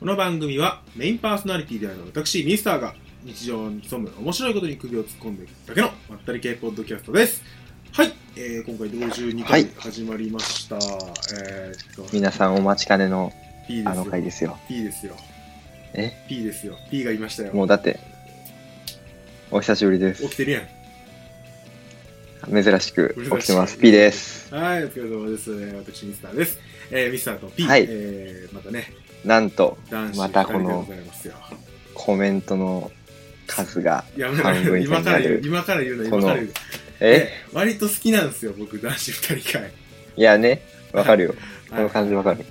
この番組はメインパーソナリティである私ミスターが日常に潜む面白いことに首を突っ込んでいくだけのまったり系ポッドキャストですはい、えー、今回52回はい始まりました、えー、っと皆さんお待ちかねの P であすのよ回ですよ。 P ですよえ P ですよ P がいましたよもうだって、お久しぶりで起すき。てるやん珍しく起きてま珍しす。い P です。はいお疲れ様です、えー、私ミスターです、えー、ミスターと P、はいえー、またねなんと、男子またこの二人でございますよコメントの数が、やめ半ろ分以今下にかなら言るう今から言うなこ今のから言うえ割と好きなんですよ僕男子二人会はいやね、わかるよ。この感じわかる。い、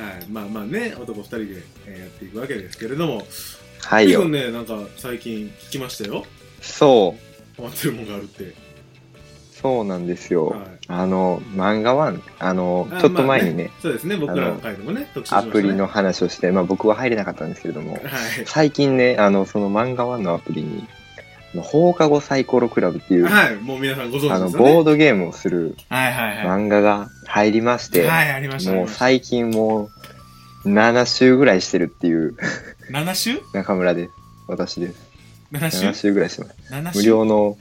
はい、まあまあね男二人でえーやっていくわけですけれどもははいいよよ。ねなんか最近聞きましたよそう、ハマってるもんがあるってそうなんですよはい。あの、漫画ワン、あのあ、ちょっと前にね、そうですね僕らの会でもね特集しまアしたねプリの話をして、まあ僕は入れなかったんですけれども、はい最近ね、あの、その漫画ワンのアプリに、あの放課後サイコロクラブっていう、はいもう皆さんご存知ですよねあの、ボードゲームをするはいはいはい漫画が入りまして、はいありましたありもうました最近もう7週ぐらいしてるっていう 7週中村です。私です。 7 7週週ぐらいしてます。 7週無料の、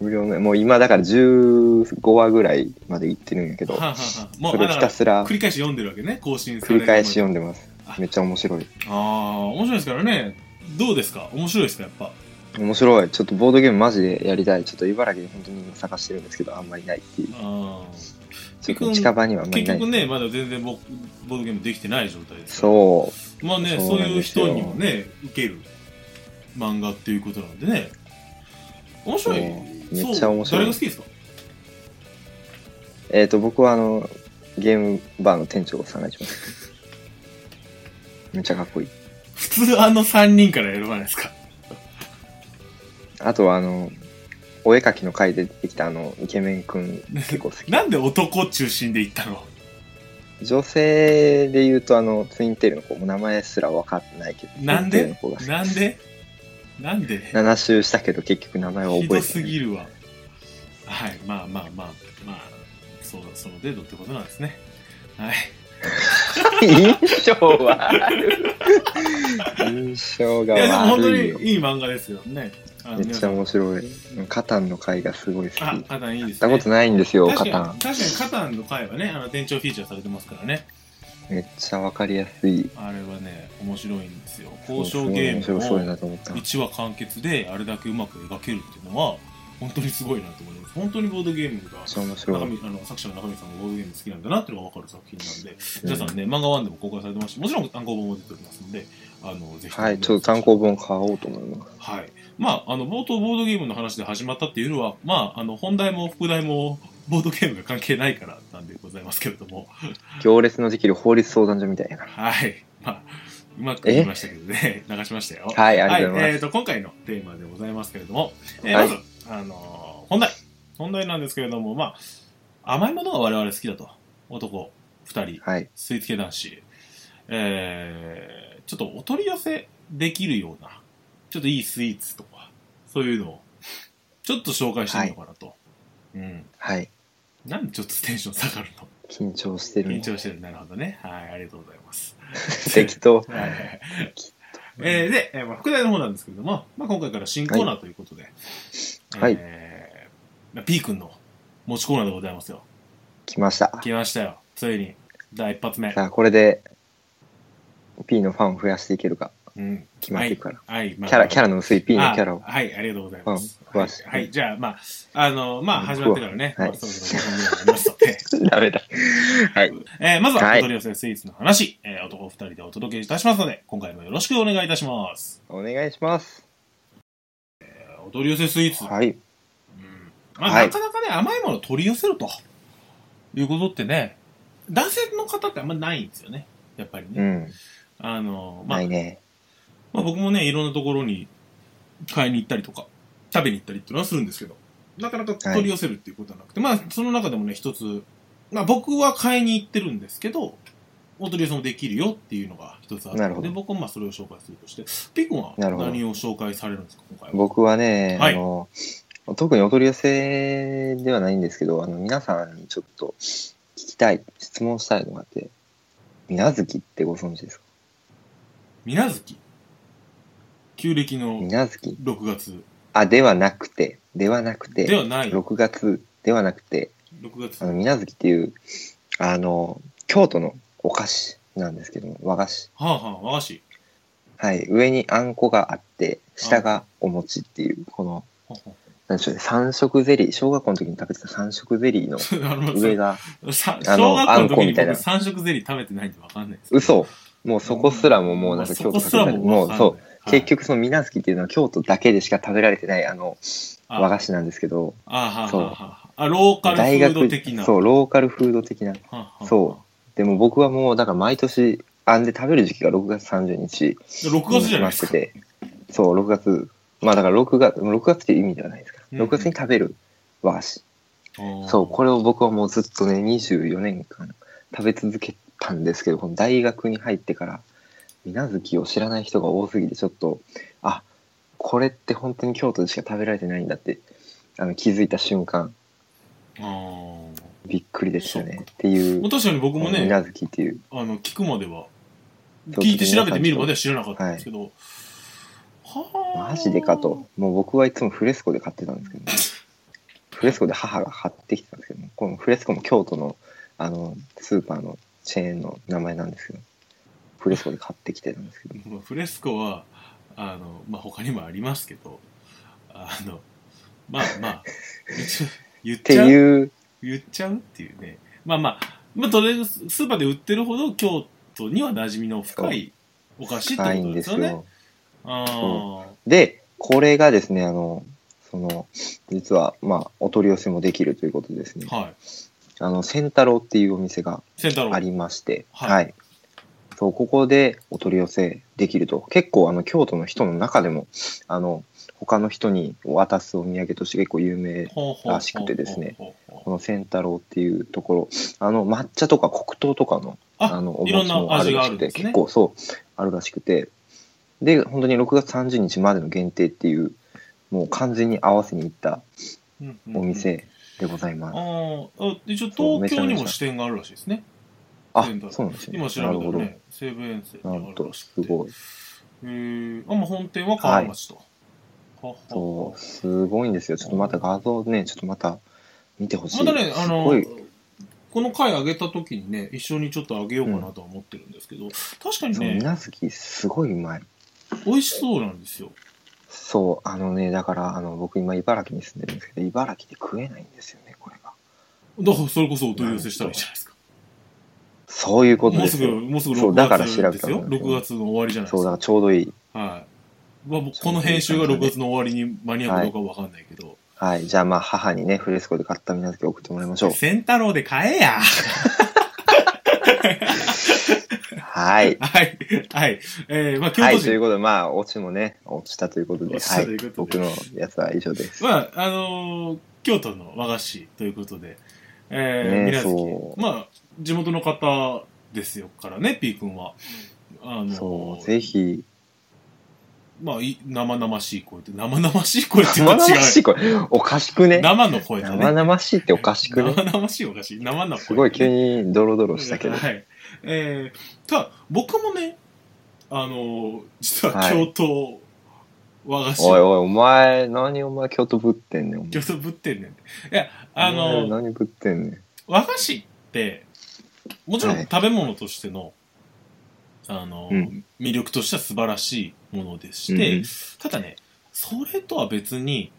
無料の、もう今だから15話ぐらいまで行ってるんやけどはあ、はあはあもうそれをあひだたかすらら繰り返し読んでるわけね更新され繰るり返し読んでますあ。めっちゃ面白い。ああ面白いですからねどうですか面白いですかやっぱ面白い。ちょっとボードゲームマジでやりたい。ちょっと茨城で本当に今探してるんですけど、あんまりないっていう。あーちょっと近場にはあんまり結ない。局ねまだ全然ボボードゲームできてない状態ですからそまあねそそううなんいうですよ人にもね受ける漫画っていうことなんでね面白いそうめっちそゃう面白い誰が好きですかう。えっ、と、僕はあの、ゲームバーの店長を探します。めっちゃかっこいい。普通あの3人から選ばないですかあとはあの、お絵描きの回で出てきたあの、イケメンくん結構好き。 なんで男中心で行ったの女性で言うとあの、ツインテールの子、もう名前すら分かってないけど、なんツインでテールの子がなんでなんで好き。7周したけど結局名前はひ覚どえてすない。ぎるわはいまあまあまあまあそうその程度ってことなんですねはい印象は悪い。印象がいやでも本当悪にいよ。いい漫画ですよねあのめっちゃ面白い。カタンの回がすごい好き。あ行っカタンいいですたねことないんですよ、カ確かタにン。確かにカタンの回はねあの店長フィーチャーされてますからねめっちゃわかりやすい。あれはね面白いんですよ交渉ゲすーごムい面白そうやをなと思った。 1話完結であれだけうまく描けるっていうのは本当にすごいなと思います本当にボードゲームがめっちゃ面白い中。身あの作者の中身さんがボードゲーム好きなんだなっていうのが分かる作品なんでうん皆さんね、漫画ワンでも公開されてますし、もちろん単行本も出ておりますので、あの、ぜひ。はい、ちょっと単行本買おうと思います。はい。まあ、あの、冒頭ボードゲームの話で始まったっていうのは、まあ、あの、本題も副題も、ボードゲームが関係ないからなんでございますけれども、行列のできる法律相談所みたいな。はい。まあ、うまく言いましたけどね、流しましたよ。ははい、ありがとうございえまーす。と、今回のテーマでございますけれども、えーはいまず、あのー本題。本題なんですけれども、まあ、甘いものが我々好きだと。男、二人。はい、吸い付け男子、えー、ちょっとお取り寄せできるような、ちょっといいスイーツとか、そういうのを、ちょっと紹介してみようかなと。うん。はい。なんでちょっとテンション下がるの緊張してる緊の。張してる。なるほどね。はい、ありがとうございます。適当。はいはいはい。えー、で、えーまあ、副題の方なんですけれども、まあ、今回から新コーナーということで、はいえーまあ、P 君の持ちコーナーでございますよ。来ました。来ましたよ。ついに、第一発目。さあ、これで、P のファンを増やしていけるか、うん。決まっていくから。はい、まあキャラ、キャラの薄い P のキャラを あ。はい、ありがとうございます。うはんい詳し、いはいじゃあ、まあ、あの、まあ、うん始まってからね、詳しいまあそろそろ5分ぐらいになりますので、ダメだ。はい。えーまずは、はおい取り寄せスイーツの話、えー男二人でお届けいたしますので、今回もよろしくお願いいたします。お願いします。えーお取り寄せスイーツ。はい。うんまあ、はいなかなかね、甘いものを取り寄せると、いうことってね、男性の方ってあんまりないんですよね。やっぱりうね。ん。あの、まあない、ね。まあ僕もね、いろんなところに買いに行ったりとか、食べに行ったりっていうのはするんですけど、なかなか取り寄せるっていうことはなくて、まあその中でもね、一つ、まあ僕は買いに行ってるんですけど、お取り寄せもできるよっていうのが一つあなっるて、ほでど僕はまあそれを紹介するとして、ピ君はなるほど何を紹介されるんですか、今回は。僕はね、はいあの、特にお取り寄せではないんですけど、あの、皆さんにちょっと聞きたい、質問したいのがあって、水無月ってご存知ですか水無月。旧暦の水無月。 6月。あ、ではなくて、ではなくでて、はない。6 6月ではなくて、あ月。の、水無月っていう、あの、京都のお菓子なんですけども、和菓子。はあはあ、和菓子。 はい。上にあんこがあって、下がお餅っていう、この、はあはなんでしょうね、三色ゼリー。小学校の時に食べてた三色ゼリーのああの上が、さあの小学校のあんこ時にみたい僕な三色ゼリー食べてないんでわかんないです。嘘もうそこすらももうなんかそ京こ都す食らべたり、もうそう、結局その水無月っていうのは京都だけでしか食べられてないあの和子。菓子なんですけど、あはあはそうあはあ。あ、ローカルフ大ー学ド的な。そう、ローカルフード的な。はあはあそでも僕はもうだから毎年、あんで食べる時期が6月30日で6月じゃないですしか。てて、そう、6月、まあだから6月、6月っていう意味ではないですかうら、んうん6月に食べる和菓子。ああそう、これを僕はもうずっとね、24年間食べ続けたんですけど、この大学に入ってから、水無月を知らない人が多すぎて、ちょっと、あ、これって本当に京都でしか食べられてないんだって、あの、気づいた瞬間、ああびっくりでしそたねう。っていうまあ、、確かに僕こものね水、無月っていう。あの、聞くまでは、そう聞いて調べてみるまでは知らなかったんですけど、はあマジでかと。。もう僕はいつもフレスコで買ってたんですけど、フレスコで母が買ってきたんですけど、このフレスコも京都の、あの、スーパーのチェーンの名前なんですけど、フレスコで買ってきてたんですけど、まあフレスコは、あの、まあ、他にもありますけど、あの、まあまあ、一応言っってちゃう。いう、言っちゃうっていうね。まあまあ、まあ、とりあえずスーパーで売ってるほど京都には馴染みの深いお菓子ってないこんとでですすよね。よ。ああで、これがですね、あの、その、実は、まあ、お取り寄せもできるということですね。はあの、千太郎っていうお店がい。千太郎。ありまして、はいはい。そう、ここでお取り寄せできると。結構、あの、京都の人の中でも、あの、他の人に渡すお土産として結構有名、ほうほうほうほうらしくてですねほうほうほうこの千太郎っていうところ、あの、抹茶とか黒糖とかの、あの、いろんな味があらるしんくでて、すね結構そう、あるらしくて、で、本当に6月30日までの限定っていう、もう完全に合わせに行ったうんうんうんお店でございます。ああ、一応東そうめち京ゃにめちゃも支店があるらしいですね。あ千太、郎そうなんですね。今調べなるたほらど。ね、西武沿線にあなんるらと、しすくて。ごい。えー、あ、まあ本店は川町と。ははそう、すごいんですよ。ちょっとまた画像ね、ちょっとまた見てほしい。またね、あすごのい、この回上げた時にね、一緒にちょっと上げようかなとは思ってるんですけど、確かにそう、ね、水月すごいうまい。美味しそうなんですよ。そう、あのね、だから、あの、僕今茨城に住んでるんですけど、茨城で食えないんですよね、これが。だからそれこそお取り寄せしたらいいじゃないですか。そういうこともうですすぐ、よ。もうすぐそう6だから調べ月たんでですすよ。よ6月の終わりじゃないでそう、すだかか。らちょうどいい。はい。まあ僕、この編集が6月の終わりに間に合うかどうかはわかんないけど。はい、じゃあまあ、母にね、フレスコで買った水無月送ってもらいましょう。千太郎で買えやはい。はい。はい。えー、まあ京は都い、と人いうことで、まあ、落ちもね、落ちたということで、落ちたはといいうこと、で僕のやつは以上です。まあ、あのー京都の和菓子ということで、えー、ねえ皆そ月、うまあ、地元の方ですよからね、P 君は。あのーそう、ぜひ、まあ、い生々しい声って、生々しい声って言う生と違う々しい、これ、おかしくね。生の声だね。生々しいっておかしくね。生々しいお菓子、生の声、すごい急にドロドロしたけど。はい。えー、ただ、僕もね、あのー実ははい京都和菓子、おいおい、お前、何お前京都ぶってんねん。お前京都ぶってんねん。いや、あのーお前何ぶってんねん。和菓子ってもちろんはい食べ物としての、あの、うん魅力としては素晴らしいものでして、うんただねそれとは別に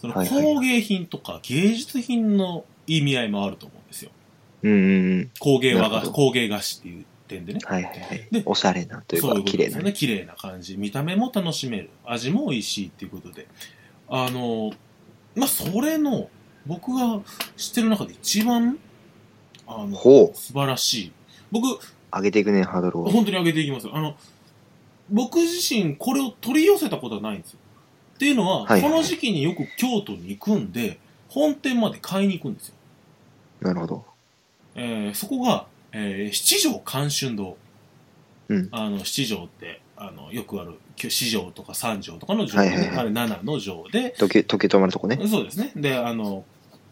そのはいはい工芸品とか芸術品の意味合いもあると思うんですようんうんうん。工芸和な菓るほ子ど工芸菓子っていう点でねはいはいはいで。おしゃれなというそういかう、こ綺と麗ですなよね。ね綺麗な感じ見た目も楽しめる味も美味しいっていうことであのまあそれの僕が知ってる中で一番あのほう、素晴らしい僕上げていくね、ハードルを。本当に上げていきますよあの、僕自身これを取り寄せたことはないんですよ。っていうのは、はいこの時期によく京都に行くんで、本店まで買いに行くんですよ。なるほど。えーそこが、えー七条関春堂。うんあの、七条って、あの、よくある、き四条とか三条とかの条、はいはいはいあれ七の条で、時計、時計止まるとこね。そうですね。で、あの、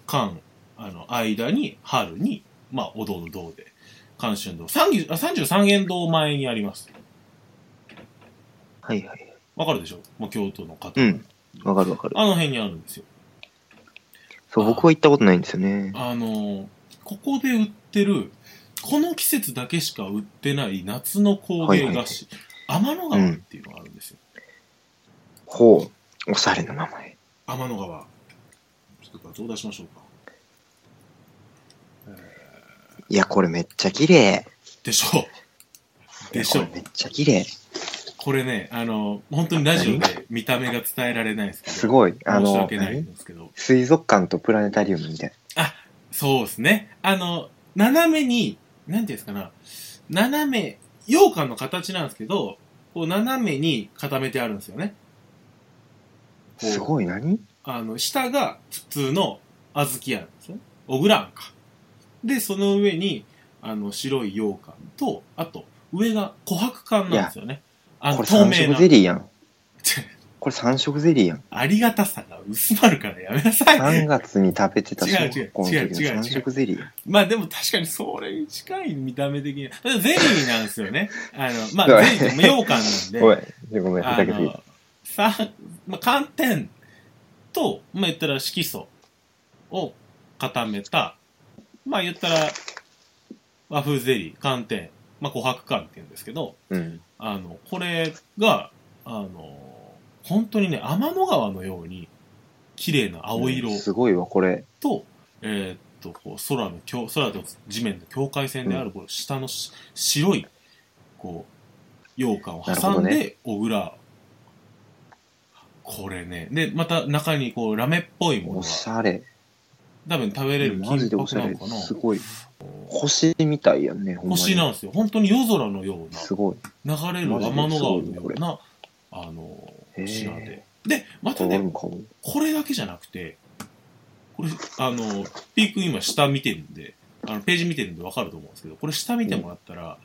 間、あの、間に、春に、まあ、お堂の堂で、関春堂。三十あ三十三元堂前にあります。はいはい。わかるでしょまあ、京都の方、うん。わかるわかる。あの辺にあるんですよ。そう、あ僕は行ったことないんですよね。あの、ここで売ってる、この季節だけしか売ってない夏の工芸菓子、天の川っていうのがあるんですよ。ほう。おしゃれな名前。天の川。ちょっと画像出しましょうか。いや、これめっちゃ綺麗。でしょう。でしょこうれ。めっちゃ綺麗。これね、あの、本当にラジオで見た目が伝えられないんですけど。すごい。あ申しの、訳ないん何ですけど。水族館とプラネタリウムみたいそうですね。あの、斜めに、なんていうんですかな、斜め、羊羹の形なんですけど、こう斜めに固めてあるんですよね。な。こうすごい、何あの、下が普通の小豆なんですよね。小倉あんか。で、その上に、あの、白い羊羹と、あと、上が琥珀缶なんですよね。あこの、れ透三明色な ゼ。リーやん。これ三色ゼリーやん。ありがたさが薄まるからやめなさい。 3月に食べてた小違う違う学校の時違う違う違うの三色ゼリーやん。まあでも確かにそれに近い見た目的には。ただゼリーなんですよね。あの、まあごめんゼリーって羊羹なんで。おい、ごめん、ふあざけすぎた。の、さ、まあ、寒天と、まあ言ったら色素を固めた、まあ言ったら和風ゼリー、寒天、まあ琥珀寒って言うんですけど、うん。あの、これが、あの、本当にね、天の川のように綺麗な青色すごいわ、これ。と、えーっと、こう空の境、空と地面の境界線である、この下のし白い、こう、羊羹をなる挟ほんどで、小倉。これね。で、また中にこう、ラメっぽいものおが、しゃれ。多分食べれるマジで金おし箔ゃなれのか。な。すごい。星みたいやんね、ほんまに。星なんですよ。本当に夜空のよすごい。うな、流れるマジで天の川のすよごういねな、あの、へー品で。で、まこたれ俺ね、も買おう。これだけじゃなくて、これ、あの、ピーク今下見てるんで、あの、ページ見てるんでわかると思うんですけど、これ下見てもらったら、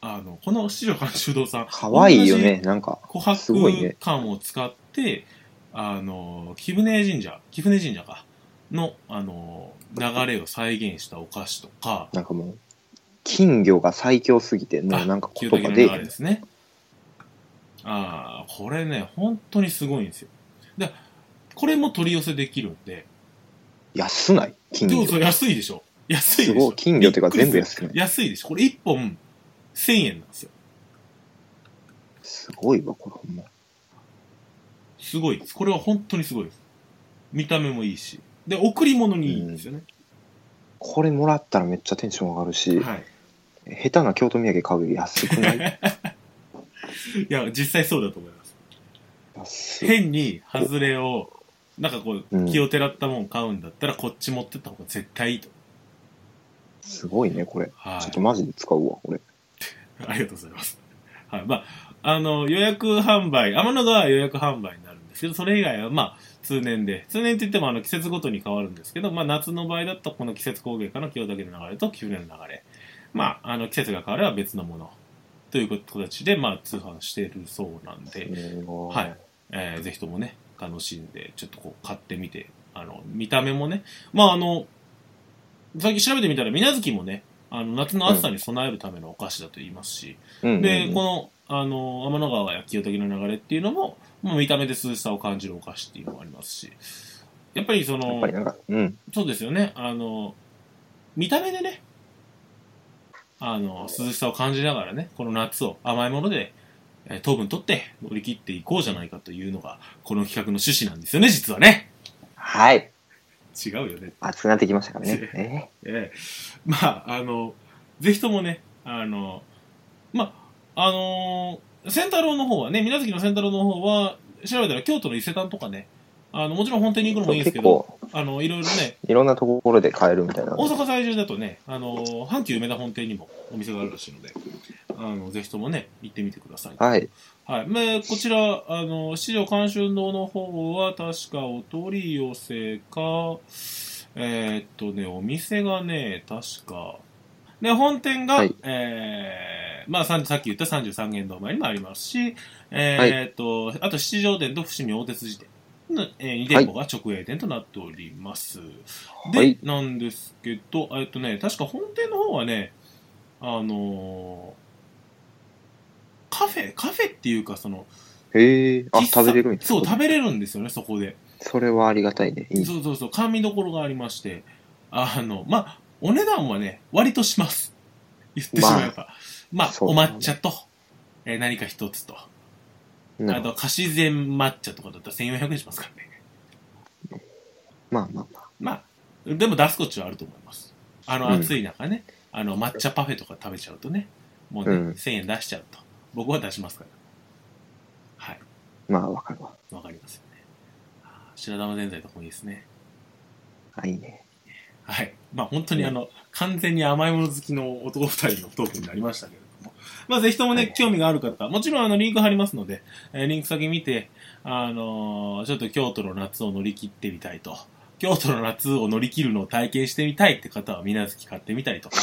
あの、この七条監修堂さん、かわいいよね、なんか。琥すごい珀ね感を使って、あの、貴船神社、貴船神社か、の、あの、流れを再現したお菓子とか、なんかもう、金魚が最強すぎて、もうなんか言清滝葉ので流れですね。ああ、これね、本当にすごいんですよ。で、これも取り寄せできるんで、安ない金そう魚。そう、安いでしょ。安いすでしごょい。。金魚っていうか全部安くない。安いでしょ。これ1本1000円なんですよ。すごいわ、これほんま。すごいです。これは本当にすごいです。見た目もいいし。で、贈り物にいいんですよね。これもらったらめっちゃテンション上がるし、はい。下手な京都土産買うより安くない いや、実際そうだと思います。安い。変に外れを、なんかこうんう、気をてらったもん買うんだったら、こっち持ってった方が絶対いいと。すごいね、これ。はちょっいと。マジで使うわ、これ。 ありがとうございます。はい。まあ、あの、予約販売、天の川は予約販売になるんですけど、それ以外は、まあ、通年で。通年って言っても、あの、季節ごとに変わるんですけど、まあ、夏の場合だと、この季節工芸家の清武の流れと、九年の流れ。まあ、あの、季節が変われば別のもの。という形で、まあ、通販しているそうなんで、は。はいえーぜひともね、楽しんで、ちょっとこう、買ってみて、あの、見た目もね、まあ、あの、さっき調べてみたら、水無月もね、あの、夏の暑さに備えるためのお菓子だと言いますし、うんで、この、の、あの、天の川や清時の流れっていうのも、もう見た目で涼しさを感じるお菓子っていうのもありますし、やっぱりそやっのぱ、りなんか、うん。そうですよね、あの、見た目でね、あの、涼しさを感じながらね、この夏を甘いもので、えー糖分取って乗り切っていこうじゃないかというのが、この企画の趣旨なんですよね、実はね。はい。違うよね。熱くなってきましたからね。ええ まあ、あの、ぜひともね、あの、まあ、あのー、仙太郎の方はね、水月の仙太郎の方は、調べたら京都の伊勢丹とかね、あの、もちろん本店に行くのえもいいんですけ結ど、構、あの、いろいろね、いろんなところで買えるみたいな。大阪在住だとね、あのー、阪急梅田本店にもお店があるらしいので、あの、ぜひともね、行ってみてください。はい。はい。で、こちら、あの、市場監修堂の方は、確かお取り寄せか、えーっとね、お店がね、確か、で、本店が、はいえーまあ、30さっき言った33軒堂前にもありますし、えーっと、あと七条店と伏見大手筋店の、え2店舗が直営店となっております。で、はいなんですけど、えっとね、確か本店の方はね、あのーカフェ、カフェっていうか、その、へえ、あ、喫茶食べれるんやそう、食べれるんですよね、そこで。それはありがたいね。いいねそうそうそう、甘味どころがありまして、あの、まあ、お値段はね、割とします。言ってしまえば。まあ、そうお抹茶と、えー何か一つと、なあるほどと、菓子膳抹茶とかだったら1400円しますからね。まあまあまあ。まあ、でも出すこっちはあると思います。あの、うん暑い中ね、あの、抹茶パフェとか食べちゃうとね、もうね、うん1000円出しちゃうと。僕は出しますから。はい。まあわかるわ。わかりますよね。あー白玉ぜんざいとかもいいですね。あ、いいね。はい。まあ本当にあの、完全に甘いもの好きの男二人のトークになりましたけれども。まあぜひともね、はい興味がある方、もちろんあの、リンク貼りますので、えーリンク先見て、あのーちょっと京都の夏を乗り切ってみたいと。京都の夏を乗り切るのを体験してみたいって方は、みなずき買ってみたりとか。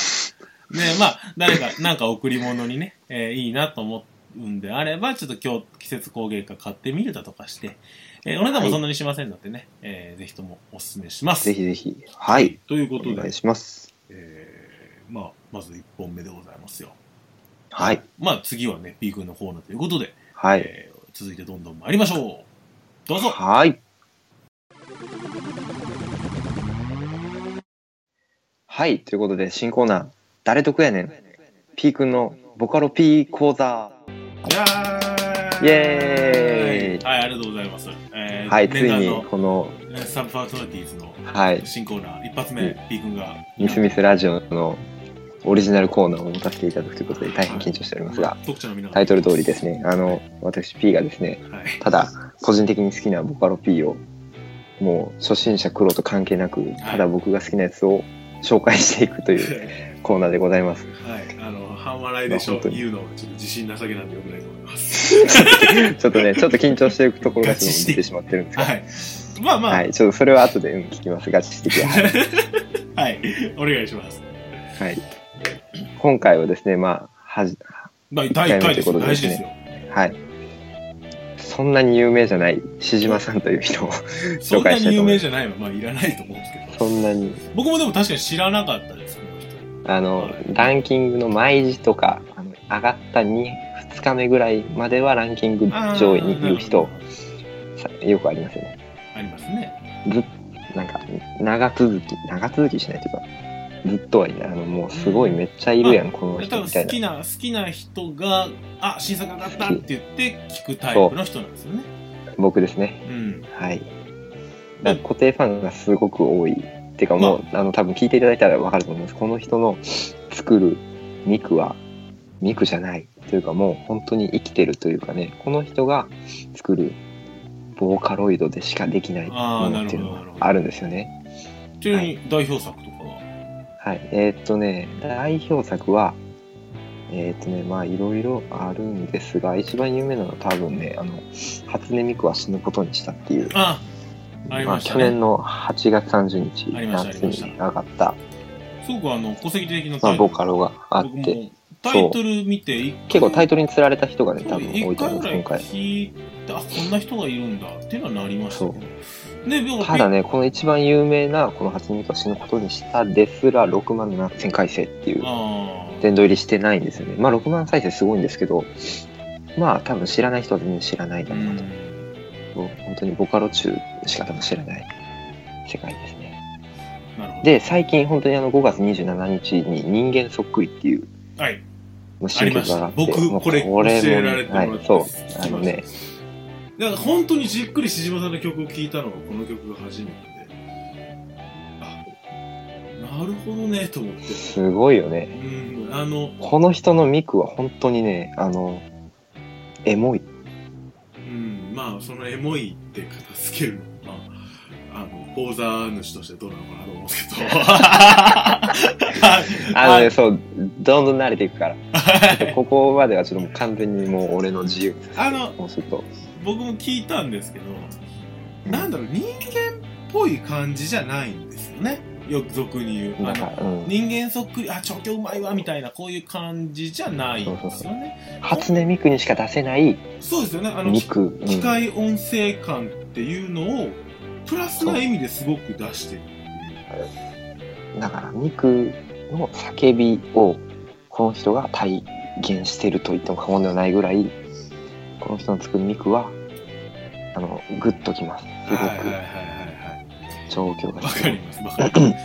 ね、まあ、誰か、なんか贈り物にね、えーいいなと思うんであれば、ちょっと今日、季節工芸家買ってみるだとかして、えーお値段もそんなにしませんのでね、えーぜひともお勧めします。ぜひぜひ。はい。。というこおとで願い、します。えーまあ、まず1本目でございますよ。はい。まあ、次はね、B 君のコーナーということで、はい。えー続いてどんどん参りましょう。どうぞ。はい。はい。ということで、新コーナー、誰得やねん。P 君のボカロ P 講座。いやーイエーイはい、ありがとうございます。えーはい。つい念願にの、この、えーサブパーソナリティーズのはい。新コーナー、一発目、B 君が。ミスミスラジオのオリジナルコーナーを持たせていただくということで、大変緊張しておりますが、読者の皆さんタイトル通りですね、あの、私 P がですね、はい。ただ、個人的に好きなボカロ P を、もう初心者苦労と関係なく、ただ僕が好きなやつを紹介していくというコーナーでございます。はい、あの、半笑いでしょまあ本当に言うのはちょっと自信なさげなんでよくないと思います。ちょっとね、ちょっと緊張していくところがちょっと出てしまってるんですが、はい。まあまあ、はい、ちょっとそれは後で、うん、聞きます。ガチ指 摘は。はい、お願いします。はい。今回はですね、まあ、はじ、まあ、第1回ですよ。一回目ということ大で事すでねすよ。はい。そんなに有名じゃない、しじまさんという人をそ紹んな介したにい有と名思います。じゃないのまあいらないと思うんですけそんなに、ど。僕もでも確かに知らなかったです、この人。あの、ランキングの毎時とか、あの上がった 2, 2日目ぐらいまではランキング上位にいる人、さよくありますよね。ありますね。ずなんか長続き長続きしないというかずっとはいないあのもうすごいめっちゃいるやん、この多人分みたい好なきな、好きな人が、あ、新作上がったって言って聞くタイプの人なんですよね。僕ですねうん。はいだから固定ファンがすごく多いっていうかもう、あ、の多分聞いていただいたら分かると思いますこの人の作るミクはミクじゃないというかもう本当に生きてるというかねこの人が作るボーカロイドでしかできないもあーのっていうのなるほどなるほがどあるんですよねちなみに代表作とかは。はい、えーっとね、代表作は、えーっとね、まあいろいろあるんですが、一番有名なのは多分ね、あの、初音ミクは死ぬことにしたっていう、あ、ありままあした去ね年の8月30日、ありました夏に上がった、すごくあの、戸籍的なまタあイトボル。カロがあっ僕て、もタイトル見て、結構タイトトルに釣られた人がね、多分多一いと回思いぐまらす、い今回。聞いて、あ、こんな人がいるんだっていうのはなりましたけど。で、僕ただね、この一番有名な、この初音ミクは死ぬことにしたですら、6万7000回生っていう。ああ。殿堂入りしてないんですよね。まあ6万再生すごいんですけど、まあ多分知らない人は全然知らないだうろうなと。んもう本当にボカロ中しか多分知らない世界ですね。なるほど。で、最近本当にあの5月27日に人間そっくりっていうはい。もうあ新りま曲しがあた。って、も僕、こうれ、も教えられてもはらっい、て、そう、聞あきのまね、した。だから本当にじっくりしじまさんの曲を聴いたのが、この曲が初めてで。あ、なるほどね、と思って。すごいよね。うん、あの、この人のミクは本当にね、あの、エモい。うん、まあ、そのエモいって片付けるのは、まあ、あの、講座主としてどうなのかなと思うんです けど。あのはね、いそう、どんどん慣れていくから。ここまではちょっともう完全にもう俺の自由にさせてあのもうちょっと。僕も聞いたんですけど、うんなんだろう、人間っぽい感じじゃないんですよね。よく俗に言う。なあんのか、うん。人間そっくり、あ、調教うまいわ、みたいな、こういう感じじゃないんですよね。初音ミクにしか出せないそうですよね。あの、ミ機ク。うん機械音声感っていうのを、プラスな意味ですごく出してる。だからミクの叫びをこの人が体現してると言っても過言ではないぐらいこの人の作る肉はあのグッときますすごはいはいはいく調教はい。がわ必か要ります、わかり ます。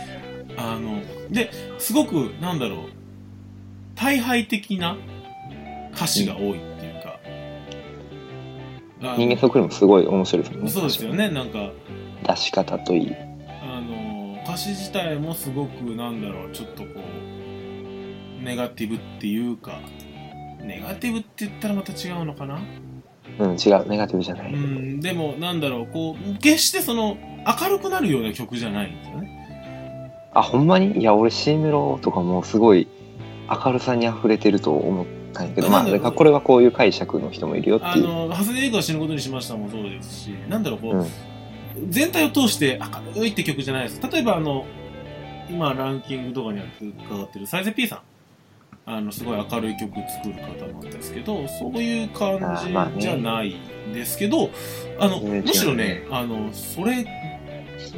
あの、で、すごく、なんだろう、大敗的な歌詞が多いっていうか。あの人間そっくりもすごい面白いですもんねそうですよね、なんか、出し方といいあの歌詞自体もすごくなんだろうちょっとこうネガティブっていうかネガティブって言ったらまた違うのかなうん違うネガティブじゃなうい、んでもなんだろうこう決してその明るくなるような曲じゃないんですよねあほんまにいや俺シームロとかもすごい明るさに溢れてると思ったんやけどまなあんだろうこれはこういう解釈の人もいるよっあていうの長谷川が死ぬことにしましたもそうですしなんだろうこう、うん全体を通して明るいって曲じゃないです例えばあの今ランキング動画にあって伺ってるサイゼ P さんあのすごい明るい曲作る方なんですけどそういう感あーまあじねじゃないんですけどあの全然違うねむしろねあのそれ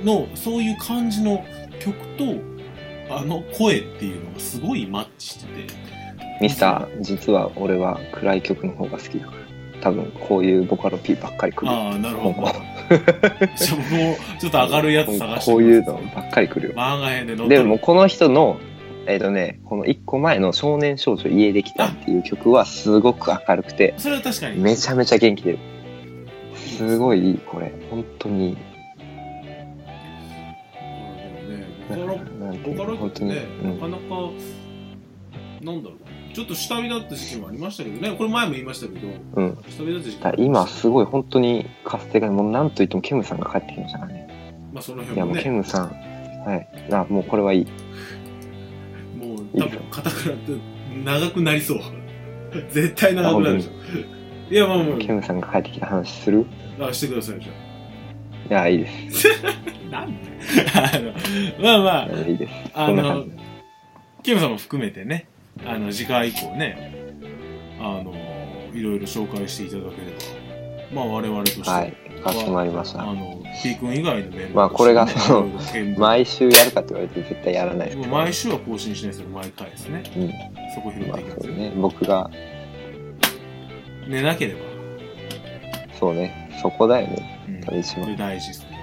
のそういう感じの曲とあの声っていうのがすごいマッチしててミスター実は俺は暗い曲の方が好きだから多分こういうボカロ P ばっかり来るああなる ほどほんまじゃあ僕もちょっと明るいやつ探してみますこういうのばっかり来るよ漫画編で乗ってでるもこの人のえっ、とねこの1個前の「少年少女家できた」っていう曲はすごく明るくてそれは確かにめちゃめちゃ元気出るすごいいいこれ本当にいいねボなカロなんていボうカのロ本曲当に、ね、うんなかなかなんだろうなちょっと下火だった時期もありましたけどねこれ前も言いましたけどうん、下火だった時期もだから今すごい本当に活性化もうなんといってもケムさんが帰ってきましたからねまあそのい辺やももうケねムさんはいあもうこれはいいもう多分肩からって長くなりそう 絶対長くなるでしょいやまあまあケムさんが帰ってきた話するまああしてくださいじゃいやいいですあなんで あのまあまいやいいですああこんなの感じキムさんも含めてねあの次回以降ねあのいろいろ紹介していただければまあ我々として、はいかしこまりましあたの、P 君以外のメンバーとしてね、まあこれがそのいろいろ見聞毎週やるかって言われて絶対やらないですもう毎週は更新しないですけど、毎回ですね。うんそこ拾っまあていきまそすうよ。ね僕が寝なければ。そうねそこだよねうん。多分一これ番大事ですね。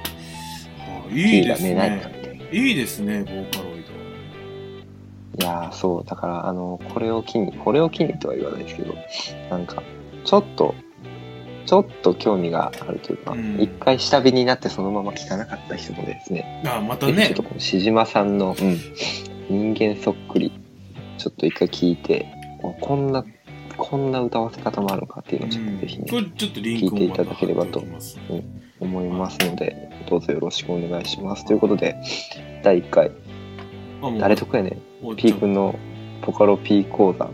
はあいいですキーがないからね。ねいいですね、ボーカロイド。いやーそうだからあのこれを機にこれを機にとは言わないですけどなんかちょっとちょっと興味があるというかうん一、回下火になってそのまま聞かなかった人もですねああ、またぜひちょねっと。このしじまさんの、うん人間そっくりちょっと一回聞いておこんなこんな歌わせ方もあるのかっていううのをちょっとぜひん、ね、これちょっとリンクを聞いていただければまた貼っておときます思いますのでどうぞよろしくお願いしますということで第1回あも「う誰得やねん終わっち P ゃう君のポカロ P 講座」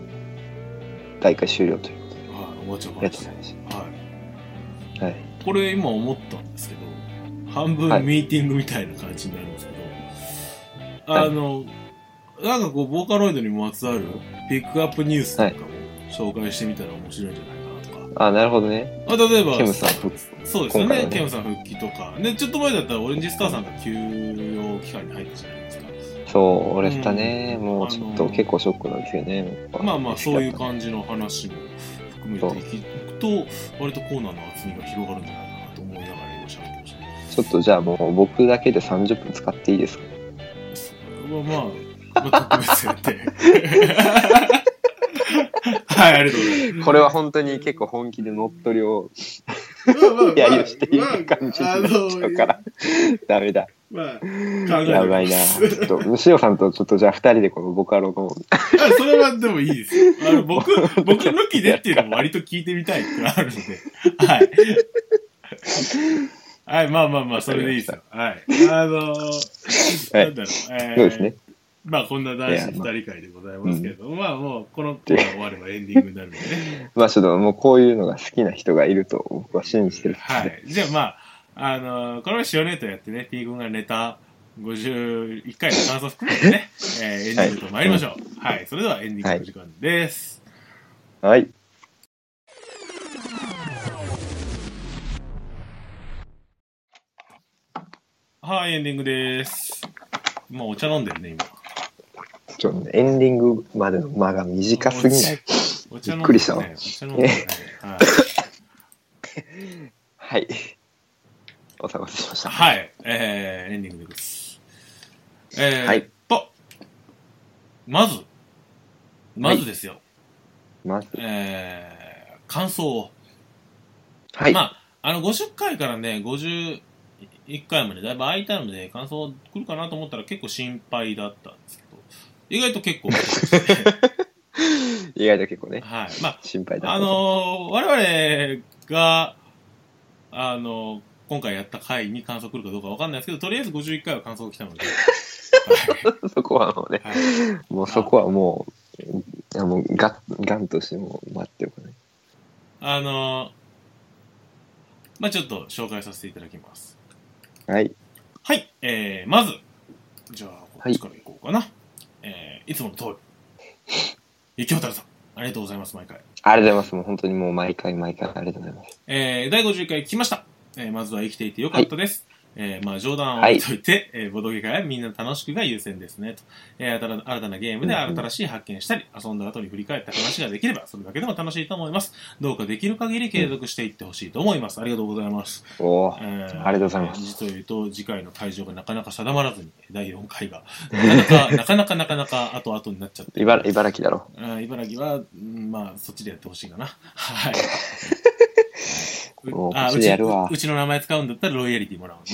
第1回終了ということではい、終わっちゃうあかりらがとうございましはい。た。はいこれ今思ったんですけど、半分はいミーティングみたいな感じになるんですけど、はいあの、なんかこう、ボーカロイドにまつわるピックアップニュースとかも紹介してみたら面白いんじゃないかなとか。あ、なるほどね。あ例えば、ケムさん復そうですよ今回ね、はねケムさん復帰とか。で、ちょっと前だったらオレンジスターさんが休養期間に入ったじゃないですか。そう、俺したね、もうちょっあとのー結構ショックなんですよね。まあまあ、そういう感じの話も含めていくと、割とコーナーの厚みが広がるんじゃないかなと思いながら今喋ってました。ちょっとじゃあもう僕だけで30分使っていいですかそれはまあ、まあ、特別やって。はい、ありがとうございこれは本当に結構本気で乗っ取りをます。やりをしている感じになっちゃうから、ダメだ。まあ、考えてやばいな。ちょっと、虫尾さんとちょっとじゃあ2人でこのボカロのあそれはでもいいですよ。あの、 僕、僕抜きでっていうのも割と聞いてみたいっていうのあるので。はい。はい、まあまあまあ、それでいいですよ。はい。あのー、はいなんだろう。えーそうですね。まあ、こんな男子二人会でございますけれども、まあもう、このコーナー終わればエンディングになるのでね。まあちょっともうこういうのが好きな人がいると僕は信じてるはので、い。じゃあまあ、あのーこれは塩ネートやってね、P 君がネタ51回の感想含めて ね、えーエンディングと参りましょう。はい、それではエンディングの時間です。はい。はい、エンディングです。もうお茶飲んでるね、今。ちょっとねエンディングまでの間が短すぎない。お茶。お茶飲んでるねびっくりしたわお茶飲んでるね。はいはい。お騒がせしました。はい。えー、エンディングです。えー、はい。と、まず、まずですよ。まず、えー、感想を。はい。まあ、あの、50回からね、51回までだいぶ空いたので、感想来るかなと思ったら結構心配だったんですけど、意外と結 構、意外と結構ね、はい。まあ、心配だったあのー我々が、あのー今回やった回に感想来るかどうかわかんないですけど、とりあえず51回は感想来たので、はそこはもうね、いはいもうそこはもう、いやもうガン、ガンとしてもう待っておかない。あのーまあちょっと紹介させていただきます。はい。はい、えー、まず、じゃあ、こっちからいこうかな。えー、いつもの通 り。ゆきほたるさん、ありがとうございます、毎回。ありがとうございます。もう本当にもう毎回毎回ありがとうございます。えー、第51回聞きました。えー、まずは生きていてよかったです。えー、まあ冗談を置いといて、えーボドゲ会はみんな楽しくが優先ですね。とえー、新た新たなゲームでうんうん新しい発見したり、遊んだ後に振り返った話ができれば、それだけでも楽しいと思います。どうかできる限り継続していってほしいと思います。ありがとうございます。おーえーありがとうございます実を言うと、次回の会場がなかなか定まらずに、第4回 が、なかなか、なかなかなか後々になっちゃって。茨茨城だ ろ。あー茨城は、うんまあ、そっちでやってほしいかな。 はい。もうあこっちでやるわうち。うちの名前使うんだったらロイヤリティもらうんね。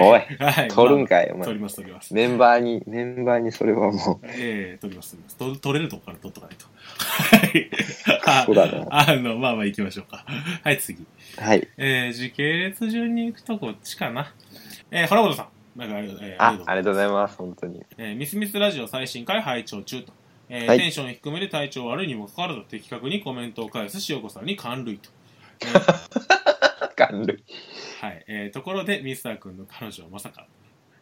おい、はい。取るんか、かい、お取前。ります、取ります。メンバーに、メンバーにそれはもええ取ります、取ります。取る取れるとこから取っとかないと。はい。あ そうだなあの、まあまあ行きましょうか。はい、次。う。はい。えー、時系列順に行くとこっちかな。えー、原本さん。なんかありがとう、えーあ、ありがとうございます。本当に。えーミスミスラジオ最新回拝聴中と、えーはいテンション低めで体調悪いにもかかわらず的確にコメントを返す塩子さんに感涙と、えー感類。はいえーところでミスター君の彼女はまさか、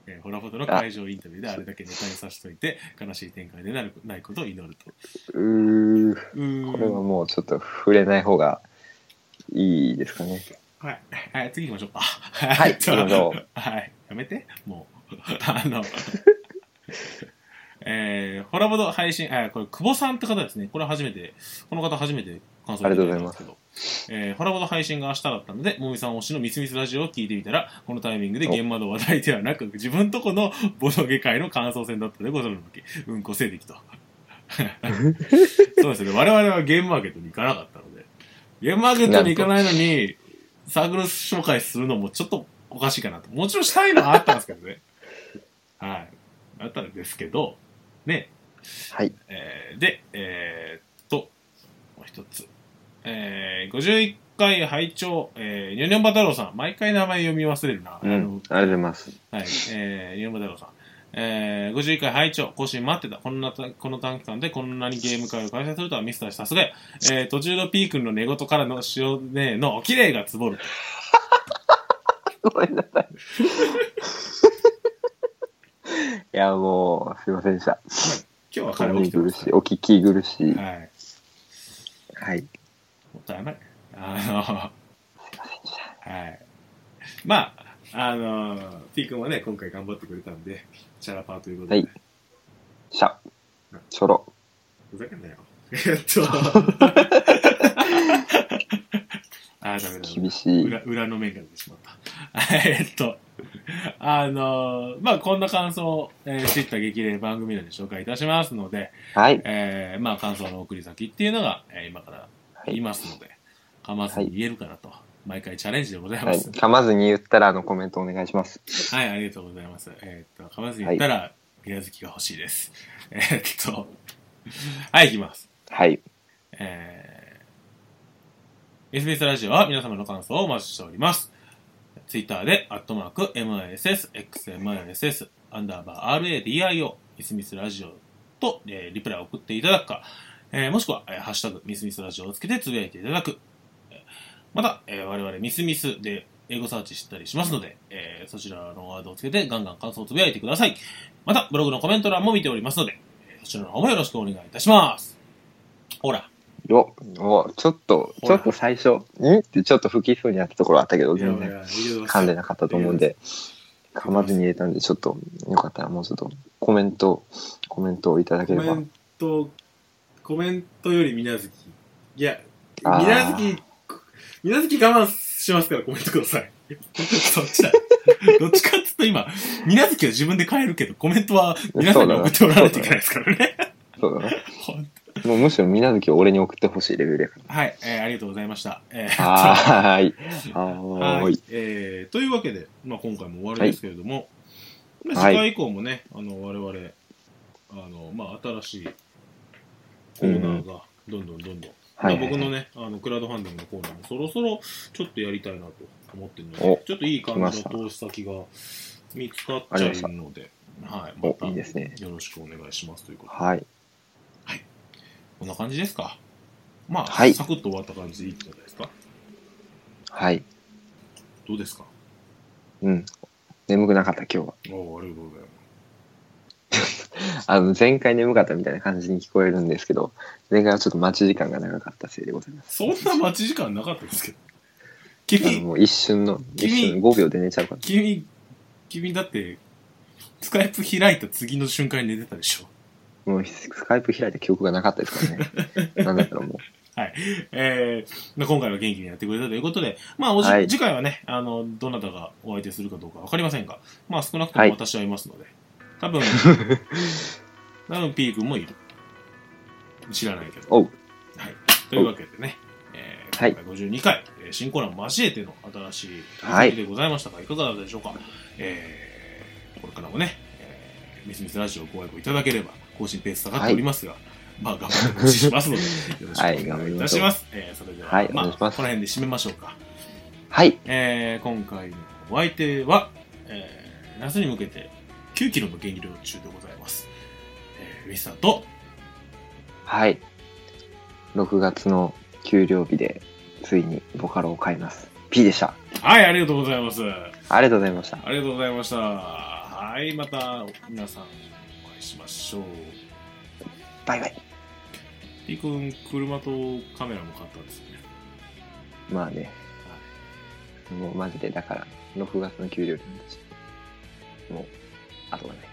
えーホラフォトの会場インタビューであれだけネタにさせといて悲しい展開でなるないことを祈るとうー、うーんこれはもうちょっと触れない方がいいですかね。はい、はい、次行きましょうかははいち行ょきましょはいやめてもう あのえー、ホラボド配信、あ、これ、久保さんって方ですね。これ初めて、この方初めて感想をありがとういごただいたざいんまですすけど、えー、ホラボド配信が明日だったので、もみさん推しのミスミスラジオを聞いてみたら、このタイミングで現場の話題ではなく、自分とこのボドゲ界の感想戦だったのでござるわけ。うんこせいできと。そうですね。我々はゲームマーケットに行かなかったので、ゲームマーケットに行かないのに、サークル紹介するのもちょっとおかしいかなと。もちろんしたいのはあったんですけどね。はい。あったんですけど、ね。はい。えーで、えーっと、もう一つ。えー、51回拝聴、えー、ニョニョンバ太郎さん。毎回名前読み忘れるな。うん。あありがのとうございます。はい、えー、ユーモ太郎さん。えー、51回拝聴更新待ってた。こんなた、この短期間でこんなにゲーム会を開催するとはミスターさすがや。えー、途中のピー君の寝言からの塩ねの綺麗がつぼる。ごめんなさ い。いや、もう、すいませんでした。今日はお彼起聞ききてま苦すしい。お聞き苦しい。はい。はい。もったいない。あの、 はい。まあ、あの、ピー君はね、今回頑張ってくれたんで、チャラパーということで。はいしゃ。ちょろ。ふざけんなよ。えっ と。あー、ダメだ。厳しい。裏裏の面が出てしまった。 えっと、あのーまあ、こんな感想を、えー、知った激励番組内で紹介いたしますので、はい。えーまあ、感想の送り先っていうのが、えー今からは言いい。ますので、かまずに言えるかなと、毎回チャレンジでございまはいす。噛まずに言ったら、あの、コメントお願いします。 はい、ありがとうございます。えーっと、かまずに言ったら、宮崎が欲しいです。えーっと、はい、いきます。はい。えー、SBS ラジオは皆様の感想をお待ちしております。ツイッターで、アットマーク、MISS、XMISS、アンダーバー RADIO、ミスミスラジオと、えーリプライを送っていただくか、えーもしくは、えーハッシュタグ、ミスミスラジオをつけてつぶやいていただく。えーまた、えー我々ミスミスで英語サーチしたりしますので、えーそちらのワードをつけてガンガン感想をつぶやいてください。また、ブログのコメント欄も見ておりますので、えーそちらの方もよろしくお願いいたします。ほら。よ、お、ちょっと、ほちょらっと最初、んってちょっと不きそうになったところあったけど、いやい全やい然やいや噛んでなかったと思うんで、噛まずに言えたんで、ちょっと、よかったらもうちょっと、コメント、コメントをいただコけれメば。ント、コメントよりみなずき。いや、あーみなずき、水無月我慢しますからコメントください。 そっち だ。どっちかっつうと今、水無月は自分で変えるけど、コメントは皆さんに送ってもらわないといけないですからね。そうだね。 もうむしろ水無月を俺に送ってほしいレベルやから。はい、えーありがとうございました。えーはーい。ははーいい。、えーというわけで、まあ、今回も終わりですけれども、まあはい次回以降もね、あの我々あの、まあ、新しいコーナーがどんどんどんどん、はいまあ、僕はのい。ねあのクラウドファンディングのコーナーもそろそろちょっとやりたいなと思ってるのおでちょっといい感来まじしのた投資先が見つかっちゃうので、はい、まおたいいですねよろしくお願いしますということではい。こんな感じですかまあ、はいサクッと終わった感じでいいんじゃないですかはい。どうですかうん。眠くなかった今日は。おーありがとうございますあの、前回眠かったみたいな感じに聞こえるんですけど、前回はちょっと待ち時間が長かったせいでございます。そんな待ち時間なかったですけど。あの君、 もう一瞬の、一君瞬5秒で寝ちゃうから。君、君だって、スカイプ開いた次の瞬間に寝てたでしょ。もうスカイプ開いた記憶がなかったですからね。なんだったらもえー、まあ今回は元気にやってくれたということで、まあおじ、はい次回はね、あの、どなたがお相手するかどうかわかりませんが、まあ少なくとはもい私はいますので、多 分、多分 P 君もいる。知らないけど。おうはい。というわけでね、えー、はい今回52回、えー新コーナー交えての新しいはいでございましたが、い、かがだったでしょうか。えー、これからもね、えー、みすみすラジオをご愛顧いただければ、更新ペース下がっておりますが、まあ頑張って更新します ので、よろしくはいお願いいたします。えー、それでは、はいまあ、お願こいしのます辺で締めましょうか。う。はい。えー、今回のお相手は、えー、夏に向けて9キロの減量中でございます。えー、ミスターと、はい。6月の給料日で、ついにボカロを買います。P でした。はい、ありがとうございます。ありがとうございました。ありがとうございました。はい、また皆さんお会いしましょう。バイバイ。 P 君、車とカメラも買ったんですよね。まあね。もうマジで、だから、6月の給料日なんだし。もう、後がない。